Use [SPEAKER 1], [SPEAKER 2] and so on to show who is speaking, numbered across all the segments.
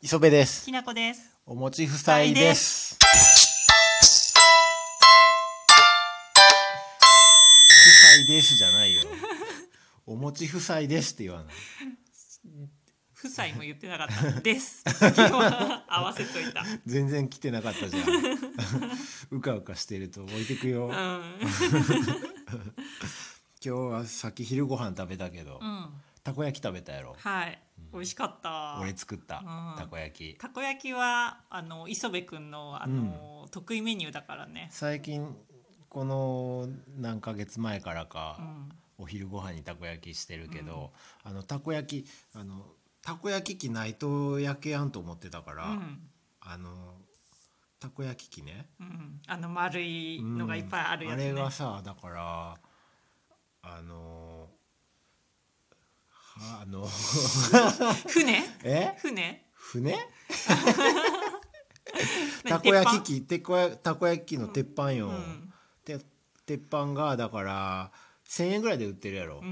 [SPEAKER 1] 磯部です。
[SPEAKER 2] きなこです。
[SPEAKER 1] お餅夫妻です。夫妻ですじゃないよ。お餅夫妻ですって言わない。
[SPEAKER 2] 夫妻も言ってなかった。 です。今日は合わせといた。
[SPEAKER 1] 全然来てなかったじゃん。 うかうかしてると置いてくよ。
[SPEAKER 2] う
[SPEAKER 1] 今
[SPEAKER 2] ん。
[SPEAKER 1] 日はさっき昼ご飯食べたけど、
[SPEAKER 2] うん。
[SPEAKER 1] たこ焼き食べたやろ。
[SPEAKER 2] はい。美味しかった。
[SPEAKER 1] 俺作った
[SPEAKER 2] うん
[SPEAKER 1] たこ焼き。
[SPEAKER 2] たこ焼きはあの磯部君のあの、得意メニューだからね。
[SPEAKER 1] 最近この何ヶ月前からか。
[SPEAKER 2] うん。
[SPEAKER 1] お昼ご飯にたこ焼きしてるけど、あのたこ焼きあのたこ焼き器ないと焼けやんと思ってたから、
[SPEAKER 2] うん。
[SPEAKER 1] あのたこ焼き器ね
[SPEAKER 2] うん。あの丸いのがいっぱいあるやつ
[SPEAKER 1] う
[SPEAKER 2] ね。
[SPEAKER 1] んあれがさだからあのはあの
[SPEAKER 2] 船？
[SPEAKER 1] え
[SPEAKER 2] 船？
[SPEAKER 1] 船た
[SPEAKER 2] 何
[SPEAKER 1] こ焼
[SPEAKER 2] 鉄
[SPEAKER 1] き器てこやたこ焼き器の鉄板よ、
[SPEAKER 2] 板うん。
[SPEAKER 1] て鉄板がだから1,000円ぐらいで売ってるやろ、
[SPEAKER 2] うんうん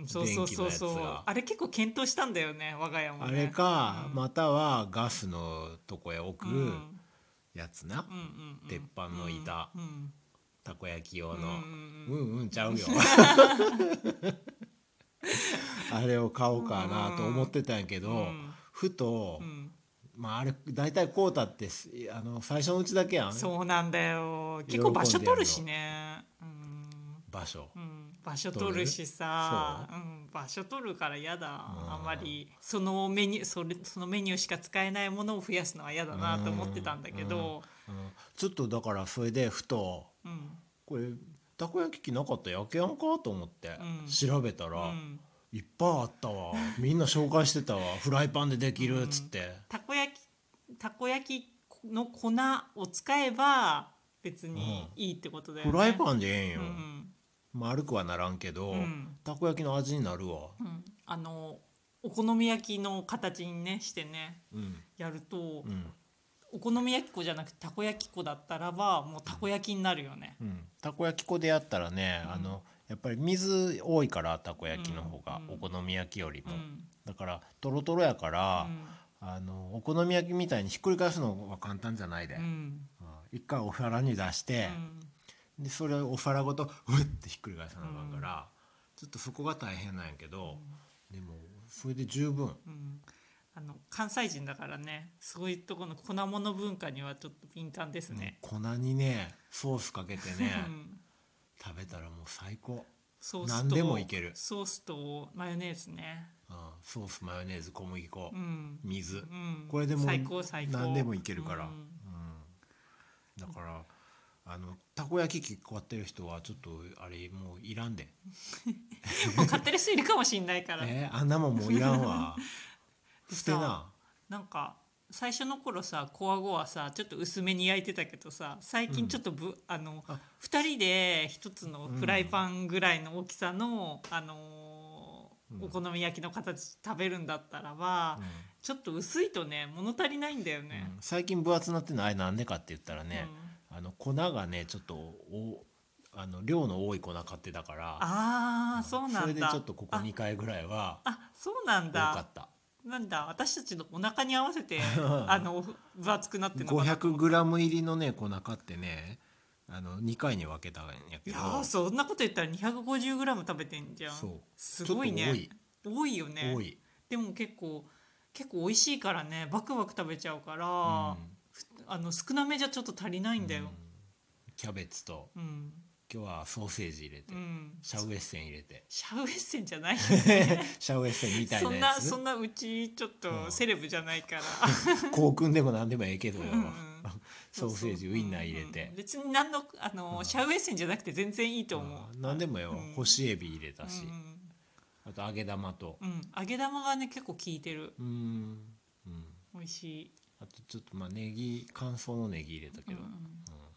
[SPEAKER 2] うん。そうそうそ
[SPEAKER 1] 電気のや
[SPEAKER 2] うそ
[SPEAKER 1] つ
[SPEAKER 2] う
[SPEAKER 1] が。
[SPEAKER 2] あれ結構検討したんだよね。我が家も、
[SPEAKER 1] あ
[SPEAKER 2] ね。
[SPEAKER 1] れか、
[SPEAKER 2] うん
[SPEAKER 1] またはガスのとこへ置
[SPEAKER 2] う
[SPEAKER 1] く
[SPEAKER 2] ん。うん
[SPEAKER 1] やつな、
[SPEAKER 2] うんうん。
[SPEAKER 1] 鉄板の板
[SPEAKER 2] うんうん
[SPEAKER 1] たこ焼き用
[SPEAKER 2] う
[SPEAKER 1] の、
[SPEAKER 2] んうん
[SPEAKER 1] うんうんちゃう よあれを買おうかなと思ってたんやけど、
[SPEAKER 2] うん
[SPEAKER 1] ふと、
[SPEAKER 2] うん
[SPEAKER 1] まああれ大体こうたってすあの最初のうちだけやん
[SPEAKER 2] そうなんだよ結構場所取るしね
[SPEAKER 1] 場所
[SPEAKER 2] うん、うん、場所取るしさう、ん、場所取るから嫌だ
[SPEAKER 1] ん
[SPEAKER 2] あんまりそのメニューそれそのメニューしか使えないものを増やすのは嫌だなと思ってたんだけど
[SPEAKER 1] うんちょっとだからそれでふと
[SPEAKER 2] うん
[SPEAKER 1] これたこ焼き器なかったら焼けやんかと思って、
[SPEAKER 2] うん
[SPEAKER 1] 調べたら、
[SPEAKER 2] うん
[SPEAKER 1] いっぱいあったわみんな紹介してたわ フライパンでできるっつって、
[SPEAKER 2] たこ焼きたこ焼きの粉を使えば別にいいってことだよね、
[SPEAKER 1] フライパンでええん
[SPEAKER 2] う
[SPEAKER 1] よ、
[SPEAKER 2] ん
[SPEAKER 1] 丸くはならんけど、
[SPEAKER 2] うん
[SPEAKER 1] たこ焼きの味になるわ、
[SPEAKER 2] うん、あのお好み焼きの形にねしてね
[SPEAKER 1] うん
[SPEAKER 2] やると、
[SPEAKER 1] うん
[SPEAKER 2] お好み焼き粉じゃなくてたこ焼き粉だったらばもうたこ焼きになるよね。
[SPEAKER 1] うん、たこ焼き粉でやったらね、
[SPEAKER 2] うん
[SPEAKER 1] あのやっぱり水多いからたこ焼きの方が、
[SPEAKER 2] うん
[SPEAKER 1] お好み焼きより
[SPEAKER 2] う
[SPEAKER 1] も、
[SPEAKER 2] ん
[SPEAKER 1] だからとろとろやか
[SPEAKER 2] う
[SPEAKER 1] ら、
[SPEAKER 2] ん
[SPEAKER 1] あのお好み焼きみたいにひっくり返すのは簡単じゃないで、
[SPEAKER 2] う
[SPEAKER 1] うん
[SPEAKER 2] ん
[SPEAKER 1] 一回お皿に出して、でそれをお皿ごとうってひっくり返さなあかんから、ちょっとそこが大変なんやけど、でもそれで十分
[SPEAKER 2] うんあの関西人だからねそういうとこの粉物文化にはちょっと敏感ですね。
[SPEAKER 1] 粉にねソースかけてね
[SPEAKER 2] うん
[SPEAKER 1] 食べたらもう最高、
[SPEAKER 2] ソースと
[SPEAKER 1] 何でもいける
[SPEAKER 2] ソースとマヨネーズね。
[SPEAKER 1] うん、ソースマヨネーズ小麦粉、
[SPEAKER 2] うん
[SPEAKER 1] 水、
[SPEAKER 2] うん、
[SPEAKER 1] これでもう
[SPEAKER 2] 最高最高
[SPEAKER 1] 何でもいけるから、う
[SPEAKER 2] う
[SPEAKER 1] ん
[SPEAKER 2] ん
[SPEAKER 1] だからあのたこ焼き器買ってる人はちょっとあれもういらんで、
[SPEAKER 2] もう買ってる人いるかもしんない から
[SPEAKER 1] えーあんなもんもういらん わ
[SPEAKER 2] でさ
[SPEAKER 1] 捨てな
[SPEAKER 2] なんか最初の頃さコアゴはさちょっと薄めに焼いてたけどさ最近ちょっとぶ、あの
[SPEAKER 1] あ
[SPEAKER 2] 2人で1つのフライパンぐらいの大きさの、あのー
[SPEAKER 1] うん
[SPEAKER 2] お好み焼きの形食べるんだったらば、
[SPEAKER 1] うん
[SPEAKER 2] ちょっと薄いとね物足りないんだよね。
[SPEAKER 1] うん最近分厚なってんのあれなんでかって言ったら
[SPEAKER 2] うん
[SPEAKER 1] ね、あの粉がねちょっとおあの量の多い粉買ってたから
[SPEAKER 2] ああそうなんだ。
[SPEAKER 1] それでちょっとここ2回ぐらいは
[SPEAKER 2] ああそうなん
[SPEAKER 1] 多か
[SPEAKER 2] だ
[SPEAKER 1] った
[SPEAKER 2] なんだ私たちのお腹に合わせて
[SPEAKER 1] ん
[SPEAKER 2] あの分厚くなってんのかなと思った
[SPEAKER 1] 500g 入りのね粉買ってねあの2回に分けたんやけ
[SPEAKER 2] い
[SPEAKER 1] ど
[SPEAKER 2] やーそんなこと言ったら 250g 食べてんじゃん
[SPEAKER 1] そう
[SPEAKER 2] すごいね
[SPEAKER 1] ちょっ
[SPEAKER 2] 多いよね
[SPEAKER 1] 多い
[SPEAKER 2] でも結構結構美味しいからねバクバク食べちゃうから、
[SPEAKER 1] うん
[SPEAKER 2] あの少なめじゃちょっと足りないんだよ
[SPEAKER 1] キャベツと
[SPEAKER 2] うん
[SPEAKER 1] 今日はソーセージ入れて、
[SPEAKER 2] うん、
[SPEAKER 1] シャウエッセン入れて
[SPEAKER 2] シャウエッセンじゃない
[SPEAKER 1] シャウエッセ ンみたい
[SPEAKER 2] そ
[SPEAKER 1] なんや
[SPEAKER 2] な
[SPEAKER 1] つ
[SPEAKER 2] そんなうちちょっ
[SPEAKER 1] う
[SPEAKER 2] と
[SPEAKER 1] ん
[SPEAKER 2] セレブじゃないから、
[SPEAKER 1] コークンでも何でもええけどよ、
[SPEAKER 2] うんうん
[SPEAKER 1] ソーセージウインナー入れ
[SPEAKER 2] うん
[SPEAKER 1] て
[SPEAKER 2] うん、別に何のあの、
[SPEAKER 1] うん
[SPEAKER 2] シャウエッセンじゃなくて全然いいと思う、
[SPEAKER 1] うん何でもよ、
[SPEAKER 2] うん
[SPEAKER 1] 干しエビ入れたし、
[SPEAKER 2] うん
[SPEAKER 1] あと揚げ玉と
[SPEAKER 2] うん、うん揚げ玉がね結構効いてる
[SPEAKER 1] うんうん
[SPEAKER 2] 美味しい、
[SPEAKER 1] あとちょっとまあネギ乾燥のネギ入れた
[SPEAKER 2] う
[SPEAKER 1] け
[SPEAKER 2] んう
[SPEAKER 1] ど、
[SPEAKER 2] ん、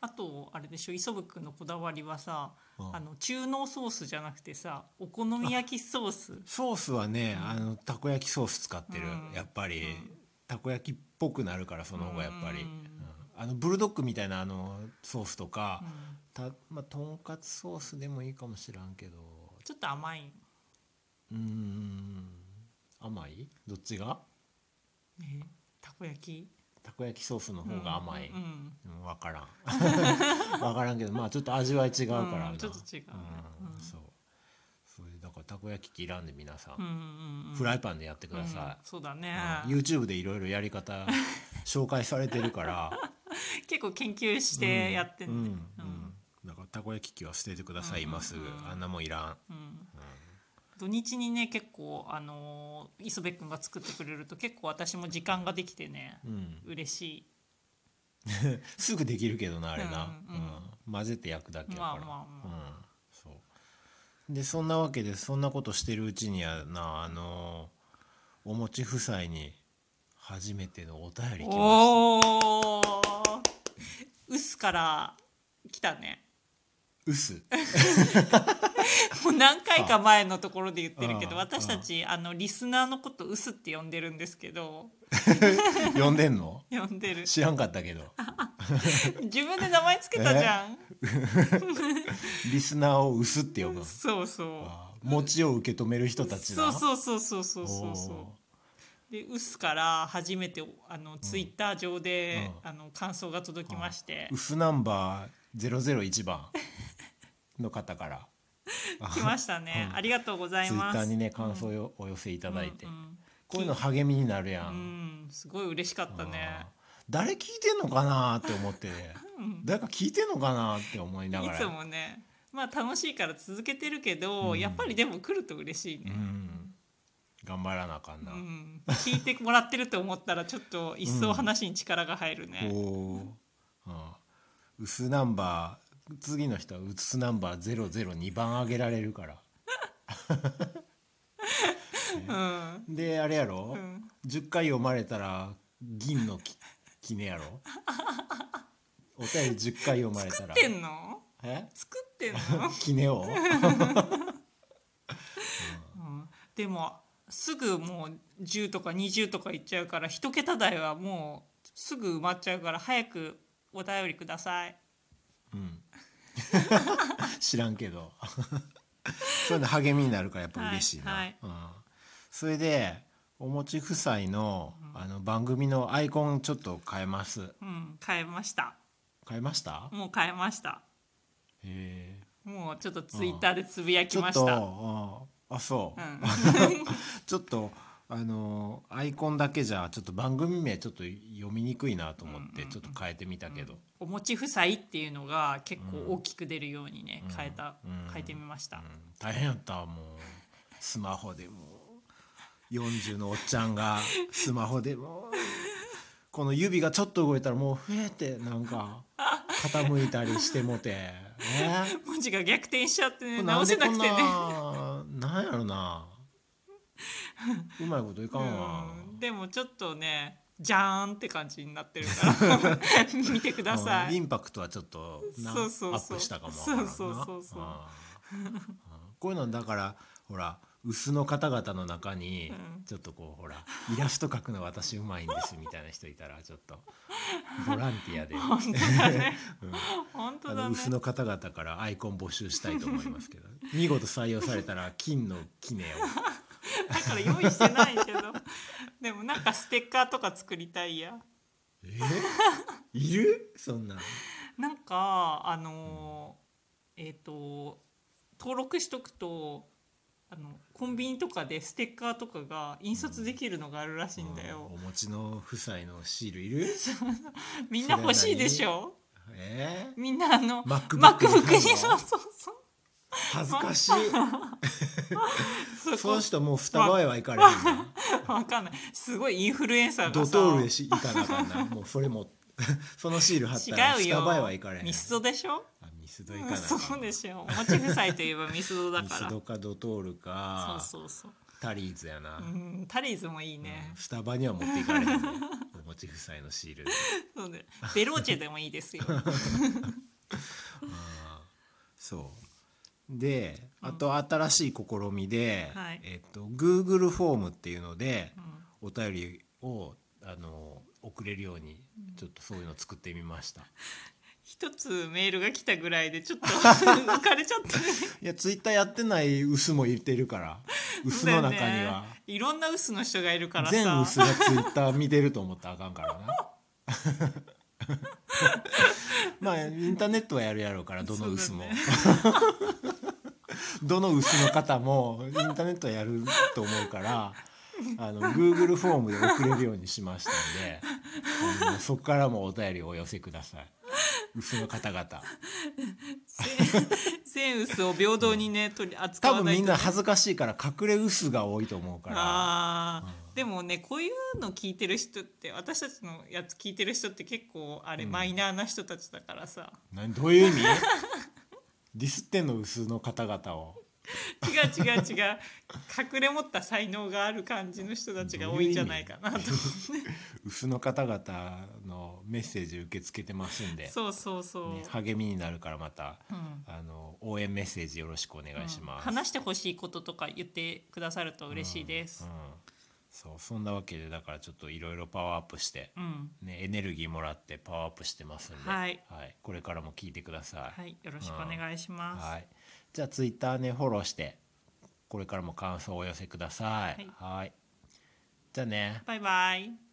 [SPEAKER 2] あとあれでしょ磯部君のこだわりはさ、
[SPEAKER 1] うん
[SPEAKER 2] あの中濃ソースじゃなくてさお好み焼きソース
[SPEAKER 1] ソースはね、
[SPEAKER 2] うん
[SPEAKER 1] あのたこ焼きソース使ってる、
[SPEAKER 2] うん
[SPEAKER 1] やっぱり、
[SPEAKER 2] うん
[SPEAKER 1] たこ焼きっぽくなるからその方がやっぱり、
[SPEAKER 2] うん
[SPEAKER 1] うんあのブルドッグみたいなあのソースとか、
[SPEAKER 2] うん
[SPEAKER 1] たまあ、とんかつソースでもいいかもしらんけど
[SPEAKER 2] ちょっと甘い、
[SPEAKER 1] うん甘いどっちが
[SPEAKER 2] ねたこ焼き
[SPEAKER 1] たこ焼きソースの方が甘い、
[SPEAKER 2] うんうん
[SPEAKER 1] うん分からん分からんけど まあちょっと味わい違うからな、
[SPEAKER 2] うんちょっと違うねうん
[SPEAKER 1] そうそれだからたこ焼き器選んで皆さん、
[SPEAKER 2] うんうんうん、
[SPEAKER 1] フライパンでやってくださ
[SPEAKER 2] うんそうだ
[SPEAKER 1] い、
[SPEAKER 2] ね、
[SPEAKER 1] うん YouTube でいろいろやり 方紹介されてるから
[SPEAKER 2] 結構研究してやってん
[SPEAKER 1] う
[SPEAKER 2] ね、
[SPEAKER 1] んうん
[SPEAKER 2] うん
[SPEAKER 1] だからたこ焼き器は捨ててください、
[SPEAKER 2] うん
[SPEAKER 1] 今すぐ
[SPEAKER 2] うん
[SPEAKER 1] あんなもんいらん、
[SPEAKER 2] うん
[SPEAKER 1] うん
[SPEAKER 2] 土日にね結構あのー磯部君が作ってくれると結構私も時間ができてね
[SPEAKER 1] うん
[SPEAKER 2] 嬉し
[SPEAKER 1] すぐできるけどなあれな、
[SPEAKER 2] うんうん
[SPEAKER 1] うん混ぜて焼くだけやから、
[SPEAKER 2] まあまあま
[SPEAKER 1] うん、そうでそんなわけでそんなことしてるうちにやなあのお餅夫妻に初めてのお便り来
[SPEAKER 2] い
[SPEAKER 1] まし
[SPEAKER 2] おおうすから来たね
[SPEAKER 1] たうす
[SPEAKER 2] もう何回か前のところで言ってるけど
[SPEAKER 1] ああ
[SPEAKER 2] 私たちあのリスナーのこと「うす」って呼んでるんですけど
[SPEAKER 1] 呼んでんの
[SPEAKER 2] 呼ん でる
[SPEAKER 1] 知らんかったけど
[SPEAKER 2] 自分で名前つけたじゃん、
[SPEAKER 1] リスナーをうすって呼ぶの
[SPEAKER 2] そうそ
[SPEAKER 1] あ餅を受け止める人
[SPEAKER 2] う
[SPEAKER 1] たち
[SPEAKER 2] そ
[SPEAKER 1] だ
[SPEAKER 2] うそうそうそうそうそう
[SPEAKER 1] おー
[SPEAKER 2] そうで「うす」から初めてあのツイッター上で、あの感想が届きまして、
[SPEAKER 1] うすナンバー001番 の方から
[SPEAKER 2] 来ましたね、
[SPEAKER 1] うん
[SPEAKER 2] ありがとうござい
[SPEAKER 1] ツイッ
[SPEAKER 2] ま
[SPEAKER 1] ター
[SPEAKER 2] す
[SPEAKER 1] にね感想をお寄せいただいて、
[SPEAKER 2] うん
[SPEAKER 1] こういうの励みになるや、
[SPEAKER 2] うんんうんすごい嬉しかったね
[SPEAKER 1] あー誰聞いてんのかなって思って、
[SPEAKER 2] うん
[SPEAKER 1] 誰か聞いてんのかなって思いなが
[SPEAKER 2] い
[SPEAKER 1] ら
[SPEAKER 2] つもねまあ楽しいから続けてるけど、
[SPEAKER 1] うん
[SPEAKER 2] やっぱりでも来ると嬉しいうね、
[SPEAKER 1] ん、頑張らなあかん
[SPEAKER 2] う
[SPEAKER 1] な、
[SPEAKER 2] ん聞いてもらってると思ったらちょっと一層話に力が入るね、
[SPEAKER 1] こう、うん、薄ナンバー次の人は薄ナンバー002番あげられるから
[SPEAKER 2] うんうん
[SPEAKER 1] であれやろ、
[SPEAKER 2] うん
[SPEAKER 1] 10回読まれたら銀のききねやろお便り10回読まれた
[SPEAKER 2] 作
[SPEAKER 1] ら
[SPEAKER 2] ってんの
[SPEAKER 1] え
[SPEAKER 2] 作ってん の、
[SPEAKER 1] きねを
[SPEAKER 2] うんでもすぐもう10とか20とかいっちゃうから一桁台はもうすぐ埋まっちゃうから早くお便りください
[SPEAKER 1] うん知らんけどそういうの励みになるからやっぱ嬉しいな、
[SPEAKER 2] はいはい
[SPEAKER 1] うん、それでおもち夫妻の,、あの番組のアイコンちょっと変えます
[SPEAKER 2] うん変えました
[SPEAKER 1] 変えました
[SPEAKER 2] もう変えました
[SPEAKER 1] へえ
[SPEAKER 2] もうちょっとツイッターでつぶやき
[SPEAKER 1] ちょ
[SPEAKER 2] ま
[SPEAKER 1] っ
[SPEAKER 2] した、
[SPEAKER 1] と
[SPEAKER 2] うん
[SPEAKER 1] ああそう、ちょっとあのアイコンだけじゃちょっと番組名ちょっと読みにくいなと思ってちょっと変えてみたけど、
[SPEAKER 2] お餅夫妻っていうのが結構大きく出るようにね、変えた、
[SPEAKER 1] うん
[SPEAKER 2] 変えてみました、
[SPEAKER 1] うん大変やったもうスマホでもう40のおっちゃんがスマホでもうこの指がちょっと動いたらもうふえってなんか傾いたりしても てね
[SPEAKER 2] 文字が逆転しちゃってね
[SPEAKER 1] な
[SPEAKER 2] 直
[SPEAKER 1] ん
[SPEAKER 2] せ
[SPEAKER 1] で
[SPEAKER 2] な
[SPEAKER 1] こ
[SPEAKER 2] く
[SPEAKER 1] ん
[SPEAKER 2] てね
[SPEAKER 1] ななんやろ なうまいこといかんわ
[SPEAKER 2] うん、でもちょっとねじゃーんって感じになってるから 見てくださ
[SPEAKER 1] うんイ
[SPEAKER 2] い
[SPEAKER 1] ンパクトはちょっとな
[SPEAKER 2] そうそうそう
[SPEAKER 1] アップしたかもわからんな
[SPEAKER 2] そうそうそうそう
[SPEAKER 1] うんうんこういうのだからほら薄の方々の中に
[SPEAKER 2] うん
[SPEAKER 1] ちょっとこうほらイラスト描くの私うまいんですみたいな人いたらちょっとボランティアで、
[SPEAKER 2] 本当だね
[SPEAKER 1] うん
[SPEAKER 2] 本当
[SPEAKER 1] あ
[SPEAKER 2] だ
[SPEAKER 1] の
[SPEAKER 2] ね
[SPEAKER 1] 薄の方々からアイコン募集したいと思いますけど見事採用されたら金のきね
[SPEAKER 2] だから用意してないけどでもなんかステッカーとか作りたいや
[SPEAKER 1] をえいるそんな
[SPEAKER 2] なんかあのーえっ、と登録しとくとあのコンビニとかでステッカーとかが印刷できるのがあるらしいんだよ
[SPEAKER 1] お、持ちの夫妻のシールいる
[SPEAKER 2] みんな欲しいでしょ
[SPEAKER 1] えー
[SPEAKER 2] みんなあの
[SPEAKER 1] MacBook
[SPEAKER 2] マックブックに
[SPEAKER 1] に貼るの
[SPEAKER 2] そうそうそう
[SPEAKER 1] 恥ずか しい
[SPEAKER 2] そう
[SPEAKER 1] その人もう二声はいかれへんな
[SPEAKER 2] わかんない。すごいインフルエンサ ー
[SPEAKER 1] ド
[SPEAKER 2] がさ。
[SPEAKER 1] トールでしいかなあかんなもうそれも そのシール貼ったら
[SPEAKER 2] 違う
[SPEAKER 1] 二
[SPEAKER 2] よ。
[SPEAKER 1] 倍はいかれへん
[SPEAKER 2] ミスドでしょ。
[SPEAKER 1] あミスドいかなあかん
[SPEAKER 2] そうでしょ。お餅夫妻といえばミスドだ
[SPEAKER 1] ミ
[SPEAKER 2] か
[SPEAKER 1] ス
[SPEAKER 2] ら。
[SPEAKER 1] ドかドトールか
[SPEAKER 2] そうそうそう。
[SPEAKER 1] タリーズやな、
[SPEAKER 2] うん、タリーズもいい
[SPEAKER 1] うん
[SPEAKER 2] ね。
[SPEAKER 1] スタバには持っていかれへんねお持ち夫妻のシール
[SPEAKER 2] そうね。ベローチェでもいい ですよ。
[SPEAKER 1] あーそうであと新しい試みで、
[SPEAKER 2] はい
[SPEAKER 1] えっと Google フォームっていうので
[SPEAKER 2] うん
[SPEAKER 1] お便りをあの送れるようにちょっとそういうの作ってみました、
[SPEAKER 2] 一つメールが来たぐらいでち ょっと浮かれちゃったね
[SPEAKER 1] いやツイッターやってない薄もいてる から薄の中に
[SPEAKER 2] そうだよ
[SPEAKER 1] は
[SPEAKER 2] ね、いろんな薄の人がいるからさ
[SPEAKER 1] 全薄がツイッター見てると思ったらあかんからな まあインターネットはやるやろうからどの薄も、
[SPEAKER 2] そうだね
[SPEAKER 1] どの薄の方もインターネットはやると思うからあの Google フォームで送れるようにしましたんであのそこからもお便りをお寄せください薄の方々
[SPEAKER 2] 全薄を平等にね取り扱
[SPEAKER 1] 多
[SPEAKER 2] わ
[SPEAKER 1] 分
[SPEAKER 2] ない
[SPEAKER 1] み
[SPEAKER 2] と、
[SPEAKER 1] ん
[SPEAKER 2] ね、
[SPEAKER 1] な恥ずかしいから隠れ薄が多いと思うから
[SPEAKER 2] あーでもねこういうの聞いてる人って私たちのやつ聞いてる人って結構あれ、
[SPEAKER 1] うん
[SPEAKER 2] マイナーな人たちだからさ
[SPEAKER 1] 何どういう意味 ディスってんの薄の方々を
[SPEAKER 2] 違う違う違う隠れ持った才能がある感じの人たちが多いんじゃないかなと
[SPEAKER 1] どういう意味 薄の方々のメッセージ受け付けてますんで、
[SPEAKER 2] そうそうそう、
[SPEAKER 1] ね励みになるからまた
[SPEAKER 2] うん
[SPEAKER 1] あの応援メッセージよろしくお願いし
[SPEAKER 2] うん
[SPEAKER 1] ます、
[SPEAKER 2] 話してほしいこととか言ってくださると嬉しいです
[SPEAKER 1] うん、うんそうそんなわけでだからちょっといろいろパワーアップして、
[SPEAKER 2] うん、
[SPEAKER 1] ね、エネルギーもらってパワーアップしてますんで、
[SPEAKER 2] はい
[SPEAKER 1] これからも聞いてください、
[SPEAKER 2] はいよろしくお願いします、
[SPEAKER 1] はいじゃあツイッターねフォローしてこれからも感想をお寄せください、はいじゃあね
[SPEAKER 2] バイバイ